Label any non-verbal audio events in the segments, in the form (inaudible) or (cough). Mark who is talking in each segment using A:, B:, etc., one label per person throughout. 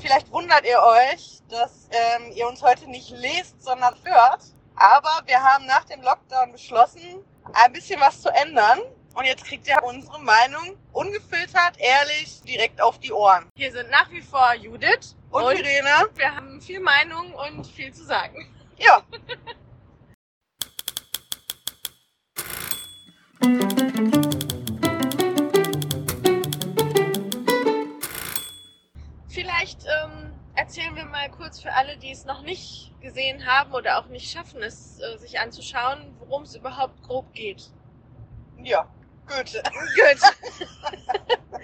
A: vielleicht wundert ihr euch, dass ähm, ihr uns heute nicht lest, sondern hört. Aber wir haben nach dem Lockdown beschlossen, ein bisschen was zu ändern. Und jetzt kriegt ihr unsere Meinung ungefiltert, ehrlich, direkt auf die Ohren.
B: Hier sind nach wie vor Judith
A: Und, Irene?
B: wir haben viel Meinung und viel zu sagen.
A: Ja.
B: Vielleicht ähm, erzählen wir mal kurz für alle, die es noch nicht gesehen haben oder auch nicht schaffen, es äh, sich anzuschauen, worum es überhaupt grob geht.
A: Ja. Goethe.
B: Gut. (laughs)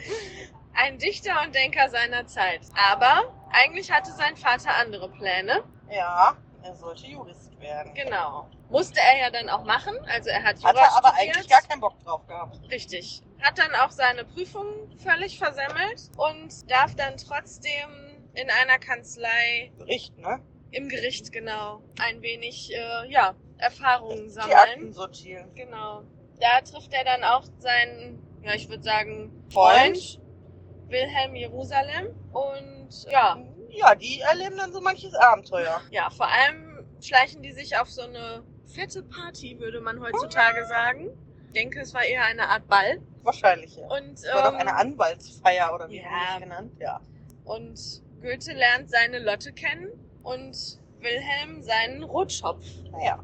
B: Ein Dichter und Denker seiner Zeit. Aber eigentlich hatte sein Vater andere Pläne.
A: Ja, er sollte Jurist werden.
B: Genau. Musste er ja dann auch machen. Also er hat Jura
A: Hat er aber
B: studiert.
A: eigentlich gar keinen Bock drauf gehabt.
B: Richtig. Hat dann auch seine Prüfung völlig versemmelt und darf dann trotzdem in einer Kanzlei
A: Bericht, ne?
B: im Gericht genau ein wenig äh, ja, Erfahrungen
A: Die Akten
B: sammeln.
A: sortieren.
B: Genau. Da trifft er dann auch seinen, ja ich würde sagen,
A: Freund.
B: Freund, Wilhelm Jerusalem. Und ja,
A: Ja, die erleben dann so manches Abenteuer.
B: ja, vor allem schleichen die sich auf so eine fette Party, würde man heutzutage sagen. Ich denke, es war eher eine Art Ball.
A: Wahrscheinlich, ja.
B: Und,
A: Das war doch
B: ähm,
A: eine Anwaltsfeier oder wie
B: ja.
A: wurde das genannt? Ja.
B: Und Goethe lernt seine Lotte kennen und Wilhelm seinen Rotschopf.
A: Naja.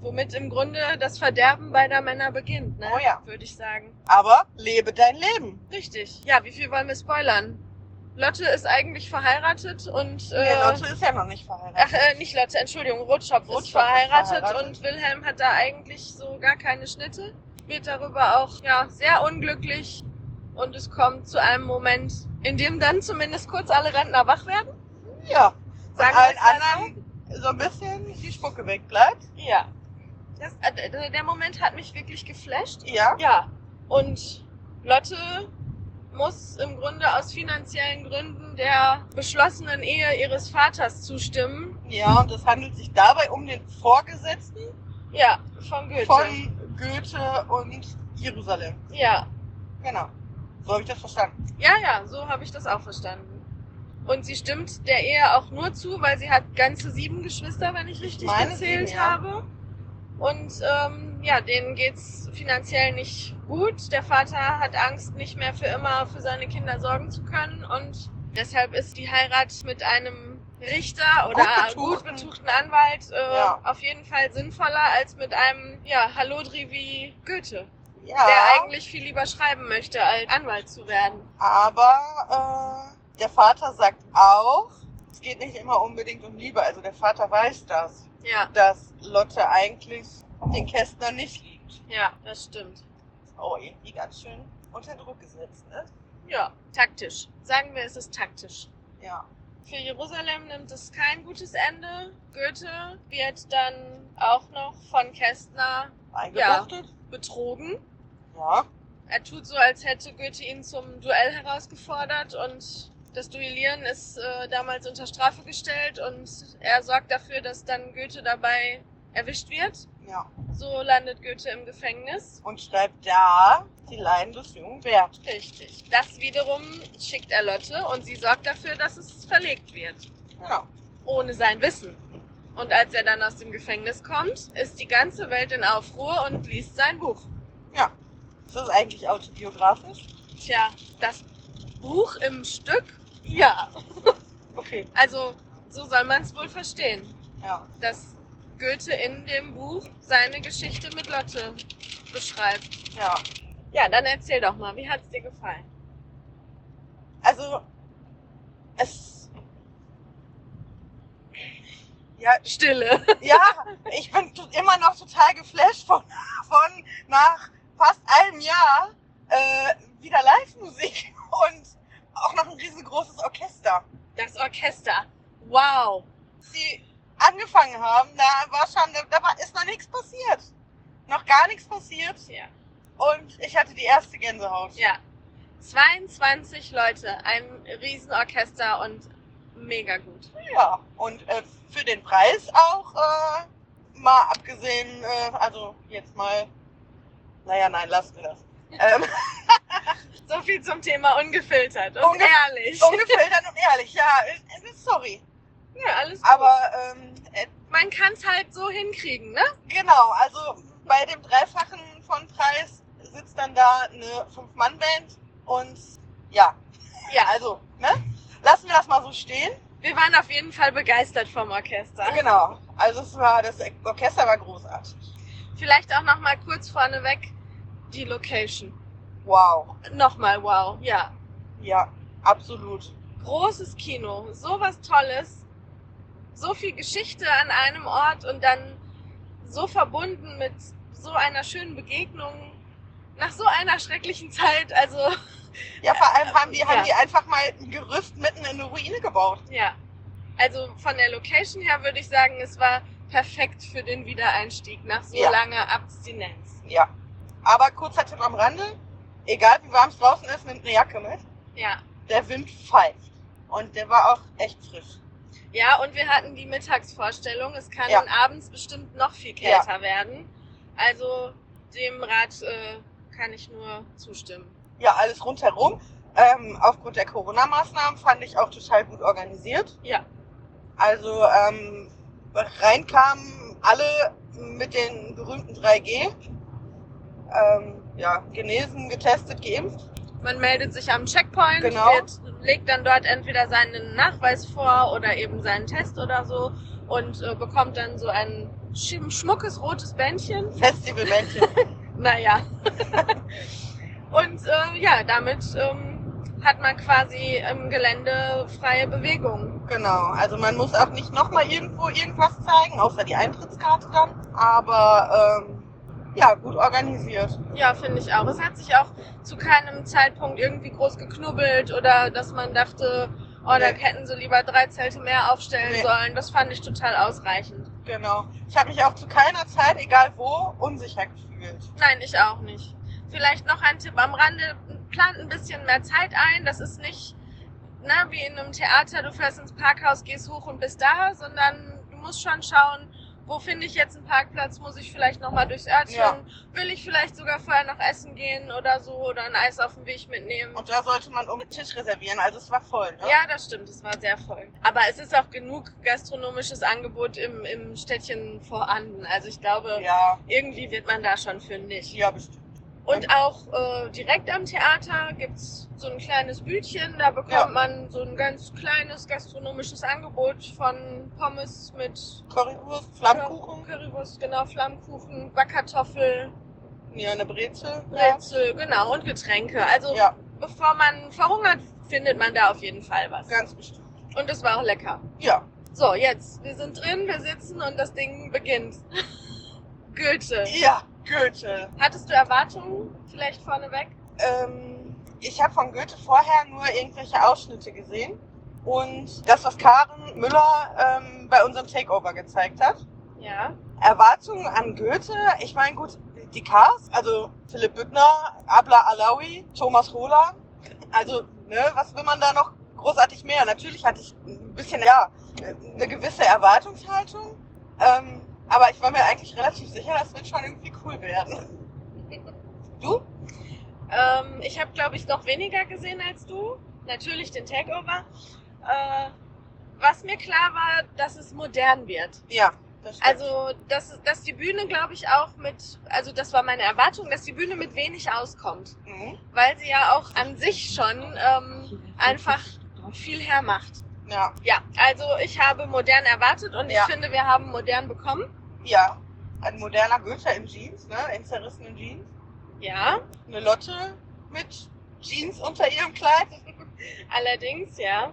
B: Womit im Grunde das Verderben beider Männer beginnt, ne?
A: Oh ja.
B: Würde ich sagen.
A: Aber lebe dein Leben.
B: Richtig. Ja, wie viel wollen wir spoilern? Lotte ist eigentlich verheiratet und.
A: Nee,
B: Äh,
A: Lotte ist ja noch nicht verheiratet.
B: Ach, äh, nicht Lotte, Entschuldigung, Rotschopf,
A: Rotschopf
B: ist
A: ist
B: verheiratet,
A: verheiratet.
B: und Wilhelm hat da eigentlich so gar keine Schnitte. Wird darüber auch ja, sehr unglücklich und es kommt zu einem Moment, in dem dann zumindest kurz alle Rentner wach werden.
A: Ja.
B: Sagen
A: Sagen
B: wir
A: allen
B: es mal so.
A: anderen so ein bisschen die Spucke wegbleibt.
B: Ja. Das, äh, d- der Moment hat mich wirklich geflasht.
A: Ja.
B: Ja. Und Lotte muss im Grunde aus finanziellen Gründen der beschlossenen Ehe ihres Vaters zustimmen.
A: Ja, und es handelt sich dabei um den Vorgesetzten
B: Ja, von Goethe.
A: von Goethe und Jerusalem.
B: ja.
A: Genau. So habe ich das verstanden.
B: Ja, ja, so habe ich das auch verstanden. Und sie stimmt der Ehe auch nur zu, weil sie hat ganze sieben Geschwister, wenn ich richtig
A: meine
B: gezählt
A: sieben, ja.
B: habe. Und ähm, ja, denen geht's finanziell nicht gut. Der Vater hat Angst, nicht mehr für immer für seine Kinder sorgen zu können. Und deshalb ist die Heirat mit einem Richter oder gut betuchten,
A: betuchten.
B: Anwalt äh,
A: Ja.
B: auf jeden Fall sinnvoller als mit einem ja, Hallodri wie Goethe,
A: Ja.
B: der eigentlich viel lieber schreiben möchte, als Anwalt zu werden.
A: Aber äh, der Vater sagt auch, es geht nicht immer unbedingt um Liebe. Also der Vater weiß das,
B: Ja,
A: dass Lotte eigentlich den Kästner nicht liebt.
B: ja, das stimmt.
A: Oh, irgendwie ganz schön unter Druck gesetzt, ne?
B: Ja, taktisch. Sagen wir, es ist taktisch.
A: Ja.
B: Für Jerusalem nimmt es kein gutes Ende. Goethe wird dann auch noch von Kästner
A: Eingebuchtet?
B: betrogen.
A: Ja.
B: Er tut so, als hätte Goethe ihn zum Duell herausgefordert und das Duellieren ist äh, damals unter Strafe gestellt und er sorgt dafür, dass dann Goethe dabei erwischt wird.
A: ja. Ja.
B: So landet Goethe im Gefängnis.
A: Und schreibt da die Leiden des jungen Wert.
B: Richtig. Das wiederum schickt er Lotte und sie sorgt dafür, dass es verlegt wird.
A: Genau.
B: Ohne sein Wissen. Und als er dann aus dem Gefängnis kommt, ist die ganze Welt in Aufruhr und liest sein Buch.
A: Ja. Ist das eigentlich autobiografisch?
B: Tja, das Buch im Stück? Ja.
A: Okay.
B: Also, so soll man es wohl verstehen,
A: Ja.
B: dass Goethe in dem Buch seine Geschichte mit Lotte beschreibt.
A: Ja.
B: Ja, dann erzähl doch mal, wie hat's dir gefallen?
A: Also, es. Ja,
B: Stille. (laughs)
A: ja, ich bin t- immer noch total geflasht von, von nach fast einem Jahr äh, wieder Live-Musik und auch noch ein riesengroßes Orchester.
B: Das Orchester. Wow.
A: Sie angefangen haben, da war schon, da, da war, ist noch nichts passiert. Noch gar nichts passiert
B: Tja.
A: und ich hatte die erste Gänsehaut.
B: Ja. 22 Leute, ein Riesenorchester und mega gut.
A: Ja, und äh, für den Preis auch äh, mal abgesehen, äh, also jetzt mal, naja, nein, lassen wir das. Ähm,
B: So viel zum Thema ungefiltert und
A: Unge- (laughs)
B: ehrlich.
A: Ungefiltert und ehrlich, ja, es ist sorry.
B: (laughs) ja, alles gut.
A: Aber ähm, äh,
B: man kann es halt so hinkriegen, ne?
A: genau, also bei dem Dreifachen von Preis sitzt dann da eine Fünf-Mann-Band und ja,
B: Ja, also
A: also, ne? Lassen wir das mal so stehen.
B: wir waren auf jeden Fall begeistert vom Orchester.
A: Genau. Also es war, das Orchester war großartig.
B: Vielleicht auch nochmal kurz vorneweg die Location.
A: Wow.
B: Nochmal wow, ja.
A: Ja, absolut.
B: Großes Kino, sowas Tolles, so viel Geschichte an einem Ort und dann so verbunden mit so einer schönen Begegnung nach so einer schrecklichen Zeit. Also,
A: Ja, vor allem haben die,
B: Ja.
A: haben die einfach mal ein Gerüst mitten in eine Ruine gebaut.
B: ja. Also von der Location her würde ich sagen, es war perfekt für den Wiedereinstieg nach so
A: Ja.
B: langer Abstinenz.
A: Ja. Aber kurzer Tipp am Rande. Egal wie warm es draußen ist, nimmt eine Jacke mit.
B: Ja.
A: Der Wind pfeift. Und der war auch echt frisch.
B: Ja, und wir hatten die Mittagsvorstellung. Es kann
A: Ja.
B: abends bestimmt noch viel
A: Ja.
B: kälter werden. Also dem Rat äh, kann ich nur zustimmen.
A: Ja, alles rundherum. Ähm, aufgrund der Corona-Maßnahmen fand ich auch total gut organisiert.
B: Ja.
A: Also ähm, reinkamen alle mit den berühmten 3G. Ähm, ja, genesen, getestet, geimpft.
B: Man meldet sich am Checkpoint,
A: Genau.
B: wird, legt dann dort entweder seinen Nachweis vor oder eben seinen Test oder so und äh, bekommt dann so ein schm- schmuckes rotes Bändchen.
A: Festivalmännchen.
B: Naja. (laughs) und äh, ja, damit ähm, hat man quasi im Gelände freie Bewegung.
A: genau. Also man muss auch nicht nochmal irgendwo irgendwas zeigen, außer die Eintrittskarte dann. Aber ähm, ja, gut organisiert.
B: Ja, finde ich auch. Es hat sich auch zu keinem Zeitpunkt irgendwie groß geknubbelt oder dass man dachte, oh, da
A: Nee.
B: hätten sie lieber drei Zelte mehr aufstellen
A: Nee.
B: sollen. Das fand ich total ausreichend.
A: Genau. Ich habe mich auch zu keiner Zeit, egal wo, unsicher gefühlt.
B: Nein, ich auch nicht. Vielleicht noch ein Tipp am Rande. Plant ein bisschen mehr Zeit ein. Das ist nicht ne, wie in einem Theater, du fährst ins Parkhaus, gehst hoch und bist da, sondern du musst schon schauen, wo finde ich jetzt einen Parkplatz? Muss ich vielleicht nochmal durchs Örtchen?
A: Ja.
B: Will ich vielleicht sogar vorher noch essen gehen oder so oder ein Eis auf dem Weg mitnehmen?
A: Und da sollte man um den Tisch reservieren. Also es war voll. Ne?
B: Ja, das stimmt, es war sehr voll. Aber es ist auch genug gastronomisches Angebot im, im Städtchen vorhanden. Also ich glaube,
A: Ja,
B: irgendwie wird man da schon fündig.
A: ja bestimmt.
B: Und auch äh, direkt am Theater gibt's so ein kleines Bütchen, da bekommt
A: Ja.
B: man so ein ganz kleines gastronomisches Angebot von Pommes mit
A: Currywurst, Flammkuchen,
B: Currywurst, genau, Flammkuchen, Backkartoffel,
A: ja, eine Brezel. ja.
B: Brezel, genau, und Getränke. Also
A: Ja,
B: bevor man verhungert, findet man da auf jeden Fall was.
A: ganz bestimmt.
B: Und es war auch lecker.
A: Ja,
B: So, jetzt, wir sind drin, wir sitzen und das
A: (laughs)
B: Ding beginnt. Goethe.
A: ja, Goethe.
B: Hattest du Erwartungen? Vielleicht vorneweg?
A: Ähm, ich habe von Goethe vorher nur irgendwelche Ausschnitte gesehen. Und das, was Karen Müller ähm, bei unserem Takeover gezeigt hat.
B: Ja.
A: Erwartungen an Goethe, ich meine, gut, die Cars, also Philipp Büttner, Abla Alawi, Thomas Rohler. Also, ne, was will man da noch großartig mehr? Natürlich hatte ich ein bisschen, ja, eine gewisse Erwartungshaltung. Ähm, aber ich war mir eigentlich relativ sicher, das wird schon irgendwie cool werden. Du?
B: Ähm, ich habe, glaube ich, noch weniger gesehen als du. Natürlich den Takeover. Äh, was mir klar war, dass es modern wird.
A: Ja, das stimmt.
B: Also, dass, dass die Bühne, glaube ich, auch mit, also das war meine Erwartung, dass die Bühne mit wenig auskommt.
A: Mhm.
B: Weil sie ja auch an sich schon ähm, einfach viel hermacht.
A: Ja,
B: Ja, also ich habe modern erwartet und
A: Ja.
B: ich finde, wir haben modern bekommen.
A: ja. Ein moderner Goethe in Jeans, ne? In zerrissenen Jeans.
B: Ja,
A: Eine Lotte mit Jeans unter ihrem Kleid.
B: allerdings, ja.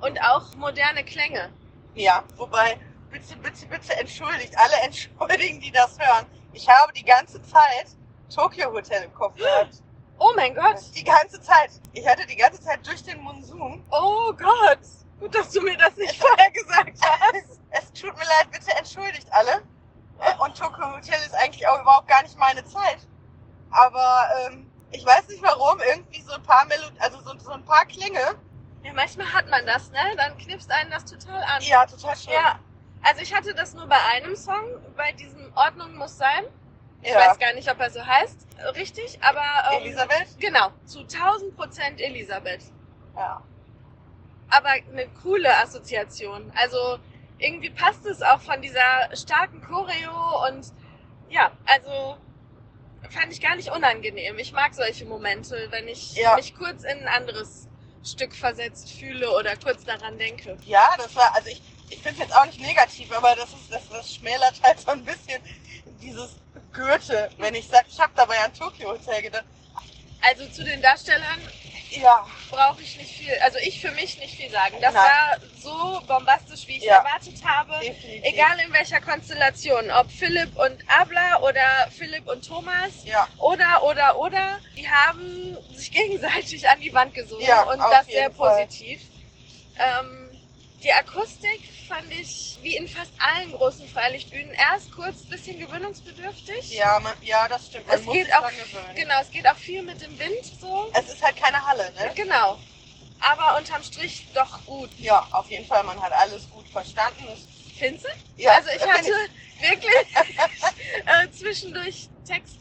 B: Und auch moderne Klänge.
A: Ja, wobei, bitte, bitte, bitte entschuldigt, alle (laughs) entschuldigen, die das hören. Ich habe die ganze Zeit Tokyo Hotel im Kopf gehabt.
B: Oh mein Gott,
A: Die ganze Zeit. Ich hatte die ganze Zeit durch den Monsun.
B: oh Gott. Gut, dass du mir das nicht vorher gesagt hast.
A: (laughs) Es tut mir leid, bitte entschuldigt alle. Äh, Und Tokyo Hotel ist eigentlich auch überhaupt gar nicht meine Zeit. Aber ähm, ich weiß nicht warum, irgendwie so ein paar Melod also so, so ein paar Klänge.
B: Ja, manchmal hat man das, ne? Dann knipst einen das total an.
A: Ja, total schön.
B: Ja. Also ich hatte das nur bei einem Song, bei diesem Ordnung muss sein. Ich
A: Ja.
B: weiß gar nicht, ob er so heißt, äh, richtig, aber ähm,
A: Elisabeth?
B: genau, zu 1000 Prozent Elisabeth.
A: Ja.
B: aber eine coole Assoziation. Also irgendwie passt es auch von dieser starken Choreo und ja, also fand ich gar nicht unangenehm. Ich mag solche Momente, wenn ich
A: Ja.
B: mich kurz in ein anderes Stück versetzt fühle oder kurz daran denke.
A: Ja, das war, also ich, ich finde es jetzt auch nicht negativ, aber das ist, das, das schmälert halt so ein bisschen dieses Goethe, wenn ich sage, ich habe dabei an Tokyo Hotel gedacht.
B: Also zu den Darstellern
A: Ja,
B: brauche ich nicht viel, also ich für mich nicht viel sagen. Das
A: Nein.
B: war so bombastisch, wie ich es
A: Ja.
B: erwartet habe.
A: definitiv.
B: Egal in welcher Konstellation, ob Philipp und Abla oder Philipp und Thomas,
A: Ja,
B: Oder, oder, oder, die haben sich gegenseitig an die Wand gesungen
A: Ja,
B: und
A: auf
B: das
A: jeden
B: sehr
A: Fall.
B: positiv. Ähm, die Akustik fand ich wie in fast allen großen Freilichtbühnen erst kurz ein bisschen gewöhnungsbedürftig.
A: ja, man, ja, das stimmt. Man
B: Es
A: muss
B: geht
A: sich
B: auch-
A: dran gewöhnen.
B: Genau, es geht auch viel mit dem Wind so.
A: Es ist halt keine Halle, ne?
B: Genau. Aber unterm Strich doch gut.
A: Ja, auf jeden Fall, man hat alles gut verstanden. Es-
B: Findest du?
A: Ja,
B: also ich hatte (laughs) wirklich (laughs) äh, zwischendurch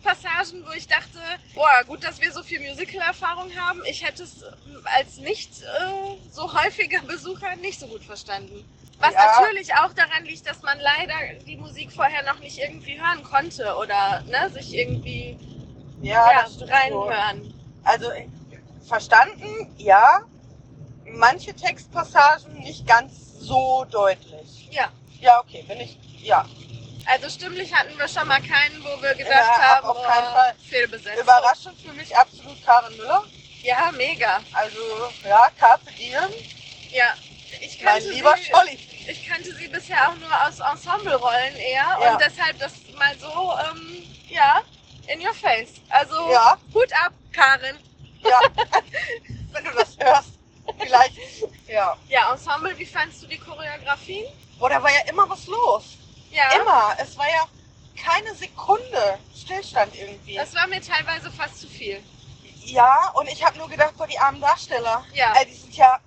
B: Textpassagen, wo ich dachte, boah, gut, dass wir so viel Musical-Erfahrung haben. Ich hätte es ähm, als nicht äh, so häufiger Besucher nicht so gut verstanden. Was
A: Ja.
B: natürlich auch daran liegt, dass man leider die Musik vorher noch nicht irgendwie hören konnte oder ne, sich irgendwie
A: ja,
B: ja,
A: das stimmt schon.
B: reinhören.
A: Also ich- verstanden, ja. Manche Textpassagen nicht ganz so deutlich.
B: Ja,
A: Ja, okay, bin ich. Ja,
B: also stimmlich hatten wir schon mal keinen, wo wir gedacht
A: Ja,
B: haben, oh,
A: auf keinen
B: boah,
A: Fall.
B: Fehlbesetzung.
A: überraschend für mich absolut Karen Müller.
B: Ja, mega.
A: Also, ja, Carpe Diem,
B: Ja, ich
A: mein
B: kannte
A: lieber
B: sie-
A: Scholli.
B: ich kannte sie bisher auch nur aus Ensemble-Rollen eher
A: Ja.
B: und deshalb das mal so, ähm, ja, in your face. Also
A: Ja,
B: Hut ab, Karin. (laughs)
A: ja. Wenn du das hörst, vielleicht. Ja.
B: Ja, Ensemble, wie fandst du die Choreografien?
A: Boah, da war ja immer was los.
B: Ja,
A: Immer. Es war ja keine Sekunde Stillstand irgendwie.
B: das war mir teilweise fast zu viel.
A: ja, und ich habe nur gedacht, boah, die armen Darsteller.
B: Ja,
A: Äh, die sind ja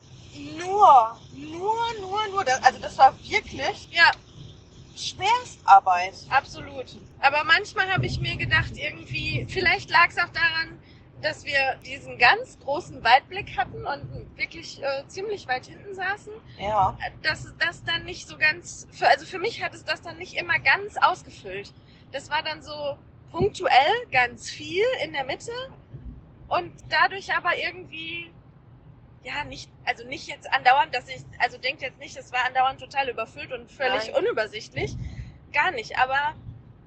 A: nur, nur, nur, nur. Das, also das war wirklich
B: ja,
A: Schwerstarbeit.
B: absolut. Aber manchmal habe ich mir gedacht, irgendwie, vielleicht lag es auch daran, dass wir diesen ganz großen Weitblick hatten und wirklich äh, ziemlich weit hinten saßen.
A: Ja.
B: dass das dann nicht so ganz, für, also für mich hat es das dann nicht immer ganz ausgefüllt. Das war dann so punktuell ganz viel in der Mitte und dadurch aber irgendwie, ja, nicht, also nicht jetzt andauernd, dass ich, also denkt jetzt nicht, es war andauernd total überfüllt und völlig
A: Nein.
B: unübersichtlich. Gar nicht, aber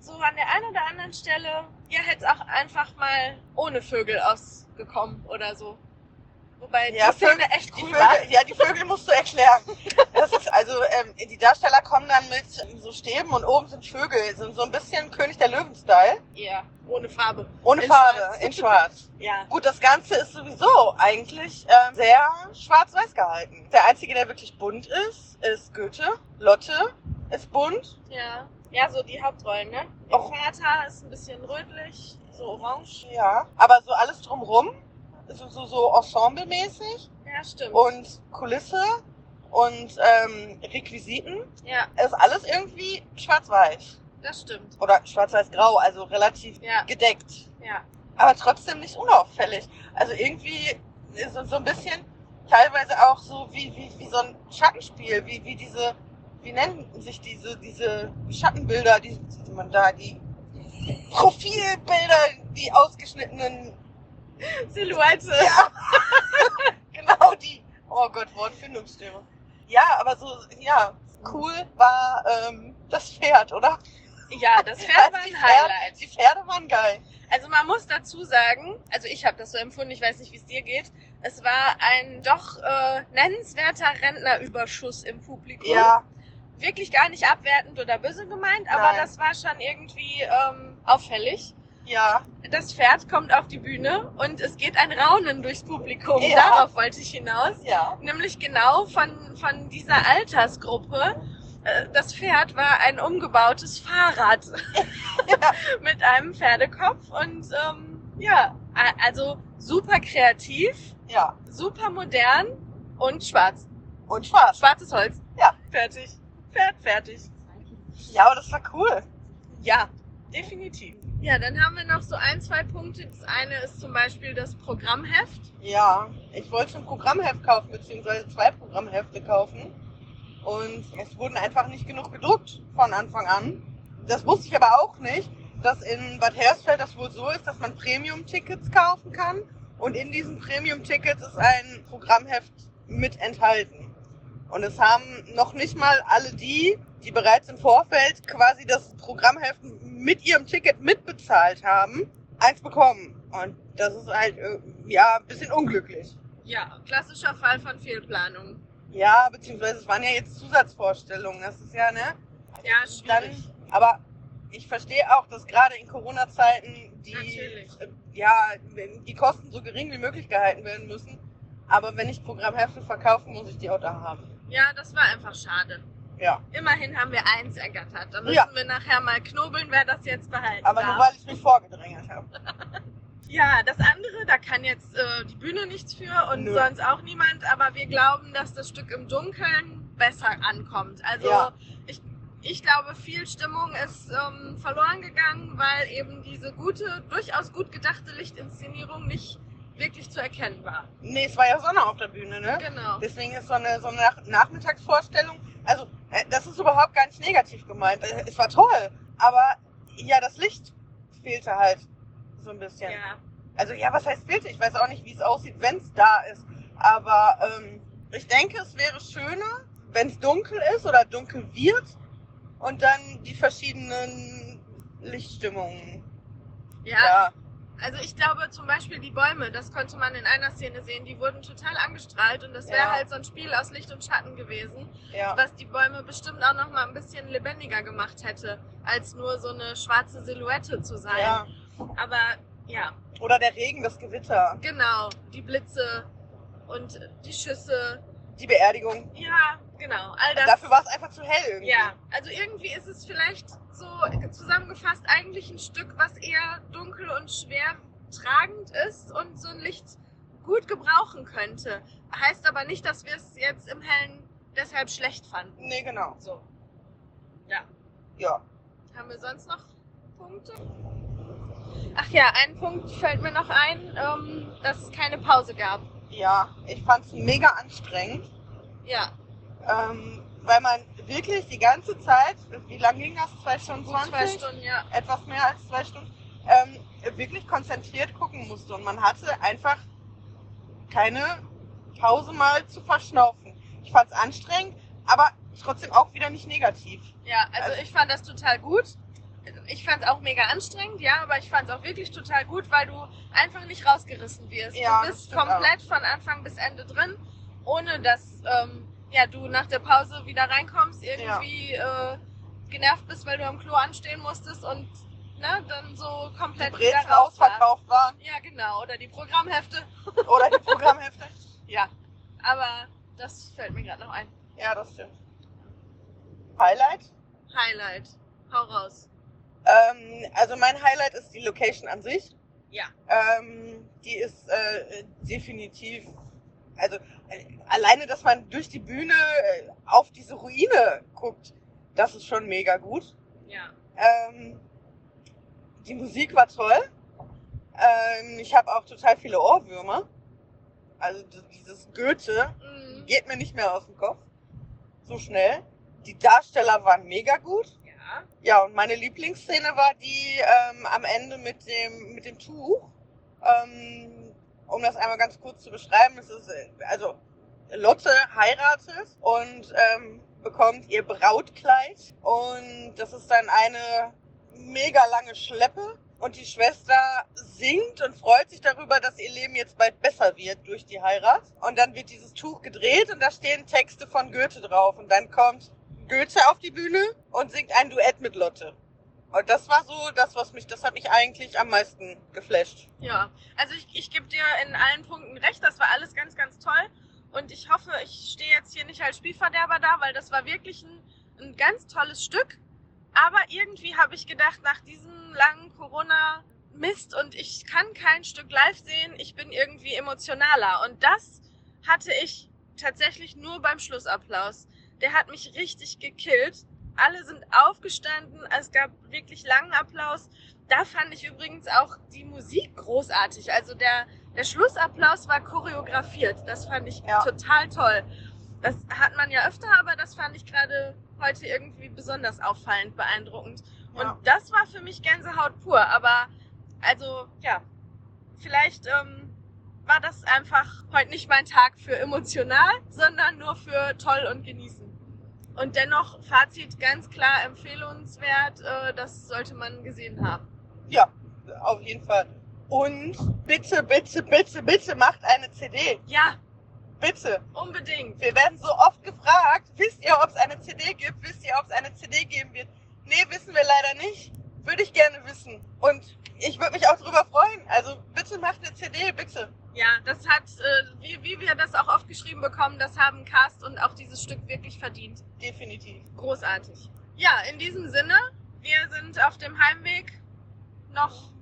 B: so an der einen oder anderen Stelle, ja, hätte es auch einfach mal ohne Vögel ausgekommen oder so. Wobei
A: Ja,
B: die Szene
A: Vögel-
B: echt
A: Die
B: cool war.
A: Vögel, ja, die Vögel musst du erklären. Das ist also, ähm, die Darsteller kommen dann mit so Stäben und oben sind Vögel, sind so ein bisschen König der Löwen-Style.
B: Ja, ohne Farbe.
A: Ohne
B: In
A: Farbe,
B: schwarz.
A: in schwarz.
B: Ja,
A: Gut, das Ganze ist sowieso eigentlich ähm, sehr schwarz-weiß gehalten. Der einzige, der wirklich bunt ist, ist Goethe. Lotte ist bunt.
B: ja. Ja, so die Hauptrollen, ne? Ihr
A: Och.
B: Vater ist ein bisschen rötlich, so orange.
A: Ja. Aber so alles drumrum, so, so, so ensemblemäßig
B: Ja, stimmt.
A: und Kulisse und ähm, Requisiten
B: ja,
A: ist alles irgendwie schwarz-weiß.
B: das stimmt.
A: Oder schwarz-weiß-grau, also relativ
B: Ja,
A: gedeckt.
B: ja.
A: Aber trotzdem nicht unauffällig. Also irgendwie ist es so ein bisschen teilweise auch so wie, wie, wie so ein Schattenspiel, wie, wie diese, wie nennen sich diese, diese Schattenbilder, die die man da, die Profilbilder, die ausgeschnittenen
B: Silhouette.
A: Ja. (laughs) genau die. Oh Gott, Wortfindungsstörung. Ja, aber so, ja, cool war ähm, das Pferd, oder?
B: Ja, das
A: (laughs)
B: Pferd war
A: Die
B: ein
A: Pferde-
B: Highlight.
A: Die Pferde waren geil.
B: Also man muss dazu sagen, also ich habe das so empfunden, ich weiß nicht, wie es dir geht. Es war ein doch äh, nennenswerter Rentnerüberschuss im Publikum.
A: Ja,
B: Wirklich gar nicht abwertend oder böse gemeint, aber
A: Nein.
B: das war schon irgendwie ähm, auffällig.
A: ja.
B: das Pferd kommt auf die Bühne und es geht ein Raunen durchs Publikum.
A: Ja.
B: Darauf wollte ich hinaus.
A: Ja.
B: Nämlich genau von, von dieser Altersgruppe. Äh, Das Pferd war ein umgebautes Fahrrad (laughs) mit einem Pferdekopf und ähm, ja, a- also super kreativ,
A: Ja.
B: super modern und schwarz.
A: Und Spaß.
B: Schwarzes Holz.
A: Ja.
B: Fertig. Pferd fertig.
A: Ja, aber das war cool.
B: Ja,
A: definitiv.
B: Ja, dann haben wir noch so ein, zwei Punkte. Das eine ist zum Beispiel das Programmheft.
A: Ja, ich wollte ein Programmheft kaufen, beziehungsweise zwei Programmhefte kaufen. Und es wurden einfach nicht genug gedruckt von Anfang an. Das wusste ich aber auch nicht, dass in Bad Hersfeld das wohl so ist, dass man Premium-Tickets kaufen kann. Und in diesen Premium-Tickets ist ein Programmheft mit enthalten. Und es haben noch nicht mal alle die, die bereits im Vorfeld quasi das Programmheft mit ihrem Ticket mitbezahlt haben, eins bekommen. Und das ist halt, äh, ja, ein bisschen unglücklich.
B: Ja, klassischer Fall von Fehlplanung.
A: Ja, beziehungsweise es waren ja jetzt Zusatzvorstellungen, das ist ja, ne?
B: Ja,
A: Dann,
B: schwierig.
A: aber ich verstehe auch, dass gerade in Corona-Zeiten die,
B: Natürlich.
A: äh, ja, die Kosten so gering wie möglich gehalten werden müssen. Aber wenn ich Programmhefte verkaufe, muss ich die auch da haben.
B: Ja, das war einfach schade.
A: Ja.
B: Immerhin haben wir eins ergattert. Da müssen
A: Ja.
B: wir nachher mal knobeln, wer das jetzt behalten
A: Aber nur
B: darf.
A: weil ich mich vorgedrängelt habe.
B: Ja, das andere, da kann jetzt äh, die Bühne nichts für und
A: Nö.
B: sonst auch niemand, aber wir glauben, dass das Stück im Dunkeln besser ankommt. Also
A: Ja.
B: ich, ich glaube, viel Stimmung ist ähm, verloren gegangen, weil eben diese gute, durchaus gut gedachte Lichtinszenierung nicht wirklich zu erkennen war.
A: Nee, es war ja Sonne auf der Bühne, ne?
B: Genau.
A: Deswegen ist so eine, so eine Nach Nachmittagsvorstellung, also äh, das ist überhaupt gar nicht negativ gemeint. Äh, Es war toll, aber ja, das Licht fehlte halt so ein bisschen.
B: Ja.
A: Also ja, was heißt fehlte? Ich weiß auch nicht, wie es aussieht, wenn es da ist. Aber ähm, ich denke, es wäre schöner, wenn es dunkel ist oder dunkel wird und dann die verschiedenen Lichtstimmungen.
B: ja,
A: Ja,
B: Also ich glaube zum Beispiel die Bäume, das konnte man in einer Szene sehen, die wurden total angestrahlt und das wäre
A: Ja.
B: halt so ein Spiel aus Licht und Schatten gewesen,
A: ja,
B: was die Bäume bestimmt auch noch mal ein bisschen lebendiger gemacht hätte, als nur so eine schwarze Silhouette zu sein.
A: ja.
B: Aber ja,
A: Oder der Regen, das Gewitter,
B: genau, die Blitze und die Schüsse,
A: die Beerdigung.
B: ja, genau, all das.
A: Dafür war es einfach zu hell irgendwie.
B: ja, also irgendwie ist es vielleicht so zusammengefasst eigentlich ein Stück, was eher dunkel und schwer tragend ist und so ein Licht gut gebrauchen könnte. Heißt aber nicht, dass wir es jetzt im Hellen deshalb schlecht fanden.
A: Nee, genau.
B: So,
A: Ja.
B: haben wir sonst noch Punkte? Ach ja, ein Punkt fällt mir noch ein, ähm, dass es keine Pause gab.
A: Ja, ich fand's mega anstrengend,
B: Ja,
A: ähm, weil man wirklich die ganze Zeit, wie lange ging das? Zwei Stunden
B: gut zwei
A: 20?
B: Stunden, ja.
A: Etwas mehr als zwei Stunden. Ähm, wirklich konzentriert gucken musste und man hatte einfach keine Pause mal zu verschnaufen. Ich fand's anstrengend, aber trotzdem auch wieder nicht negativ.
B: Ja, also,
A: Also-
B: ich fand das total gut. Ich fand es auch mega anstrengend, ja, aber ich fand es auch wirklich total gut, weil du einfach nicht rausgerissen wirst.
A: Ja,
B: du
A: das
B: bist
A: stimmt
B: komplett von Anfang bis Ende drin, ohne dass ähm, ja, du nach der Pause wieder reinkommst, irgendwie äh, genervt bist, weil du am Klo anstehen musstest und ne, dann so
A: Die
B: komplett wieder
A: Brezen
B: raus warst.
A: ausverkauft waren
B: Ja, genau. Oder die Programmhefte.
A: oder die
B: (laughs)
A: Programmhefte.
B: Ja, aber das fällt mir gerade noch ein.
A: Ja, das stimmt. Highlight?
B: Highlight. Hau raus.
A: Ähm, also mein Highlight ist die Location an sich.
B: Ja.
A: Ähm, die ist äh, definitiv, also äh, alleine, dass man durch die Bühne äh, auf diese Ruine guckt, das ist schon mega gut.
B: Ja.
A: Ähm, die Musik war toll. Ähm, ich habe auch total viele Ohrwürmer. Also d- dieses Goethe
B: Mhm.
A: geht mir nicht mehr aus dem Kopf. So schnell. Die Darsteller waren mega gut.
B: Ja.
A: Ja, und meine Lieblingsszene war die ähm, am Ende mit dem, mit dem Tuch. Ähm, um das einmal ganz kurz zu beschreiben, es ist, äh, also Lotte heiratet und ähm, bekommt ihr Brautkleid. Und das ist dann eine mega lange Schleppe. Und die Schwester singt und freut sich darüber, dass ihr Leben jetzt bald besser wird durch die Heirat. Und dann wird dieses Tuch gedreht und da stehen Texte von Goethe drauf. Und dann kommt Goethe auf die Bühne und singt ein Duett mit Lotte. Und das war so das, was mich, das hat mich eigentlich am meisten geflasht.
B: Ja, also ich, ich gebe dir in allen Punkten recht, das war alles ganz, ganz toll. Und ich hoffe, ich stehe jetzt hier nicht als Spielverderber da, weil das war wirklich ein, ein ganz tolles Stück. Aber irgendwie habe ich gedacht, nach diesem langen Corona-Mist und ich kann kein Stück live sehen, ich bin irgendwie emotionaler. Und das hatte ich tatsächlich nur beim Schlussapplaus. Der hat mich richtig gekillt. alle sind aufgestanden. Es gab wirklich langen Applaus. Da fand ich übrigens auch die Musik großartig. Also der, der Schlussapplaus war choreografiert. Das fand ich
A: Ja.
B: total toll. Das hat man ja öfter, aber das fand ich gerade heute irgendwie besonders auffallend beeindruckend.
A: Ja.
B: Und das war für mich Gänsehaut pur. Aber also ja, vielleicht ähm, war das einfach heute nicht mein Tag für emotional, sondern nur für toll und genießen. Und dennoch, Fazit ganz klar empfehlenswert, äh, das sollte man gesehen haben.
A: Ja, auf jeden Fall. Und bitte, bitte, bitte, bitte macht eine CD.
B: Ja,
A: Bitte.
B: unbedingt.
A: Wir werden so oft gefragt, wisst ihr, ob es eine CD gibt? Wisst ihr, ob es eine CD geben wird? Nee, wissen wir leider nicht. Würde ich gerne wissen. Und ich würde mich auch drüber freuen. Also bitte macht eine CD, bitte.
B: Ja, das hat, äh, wie, wie wir das auch oft geschrieben bekommen, das haben Cast und auch dieses Stück wirklich verdient.
A: Definitiv.
B: Großartig. Ja, in diesem Sinne, wir sind auf dem Heimweg noch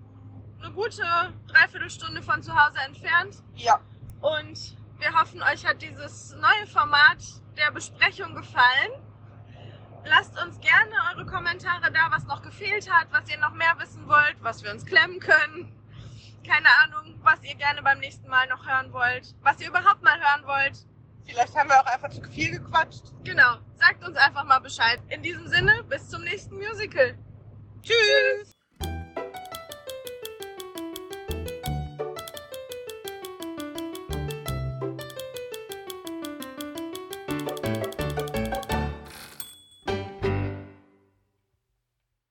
B: eine gute Dreiviertelstunde von zu Hause entfernt.
A: Ja,
B: Und wir hoffen, euch hat dieses neue Format der Besprechung gefallen. Lasst uns gerne eure Kommentare da, was noch gefehlt hat, was ihr noch mehr wissen wollt, was wir uns klemmen können. Keine Ahnung, was ihr gerne beim nächsten Mal noch hören wollt, was ihr überhaupt mal hören wollt.
A: vielleicht haben wir auch einfach zu viel gequatscht.
B: Genau, sagt uns einfach mal Bescheid. In diesem Sinne, bis zum nächsten Musical. Tschüss.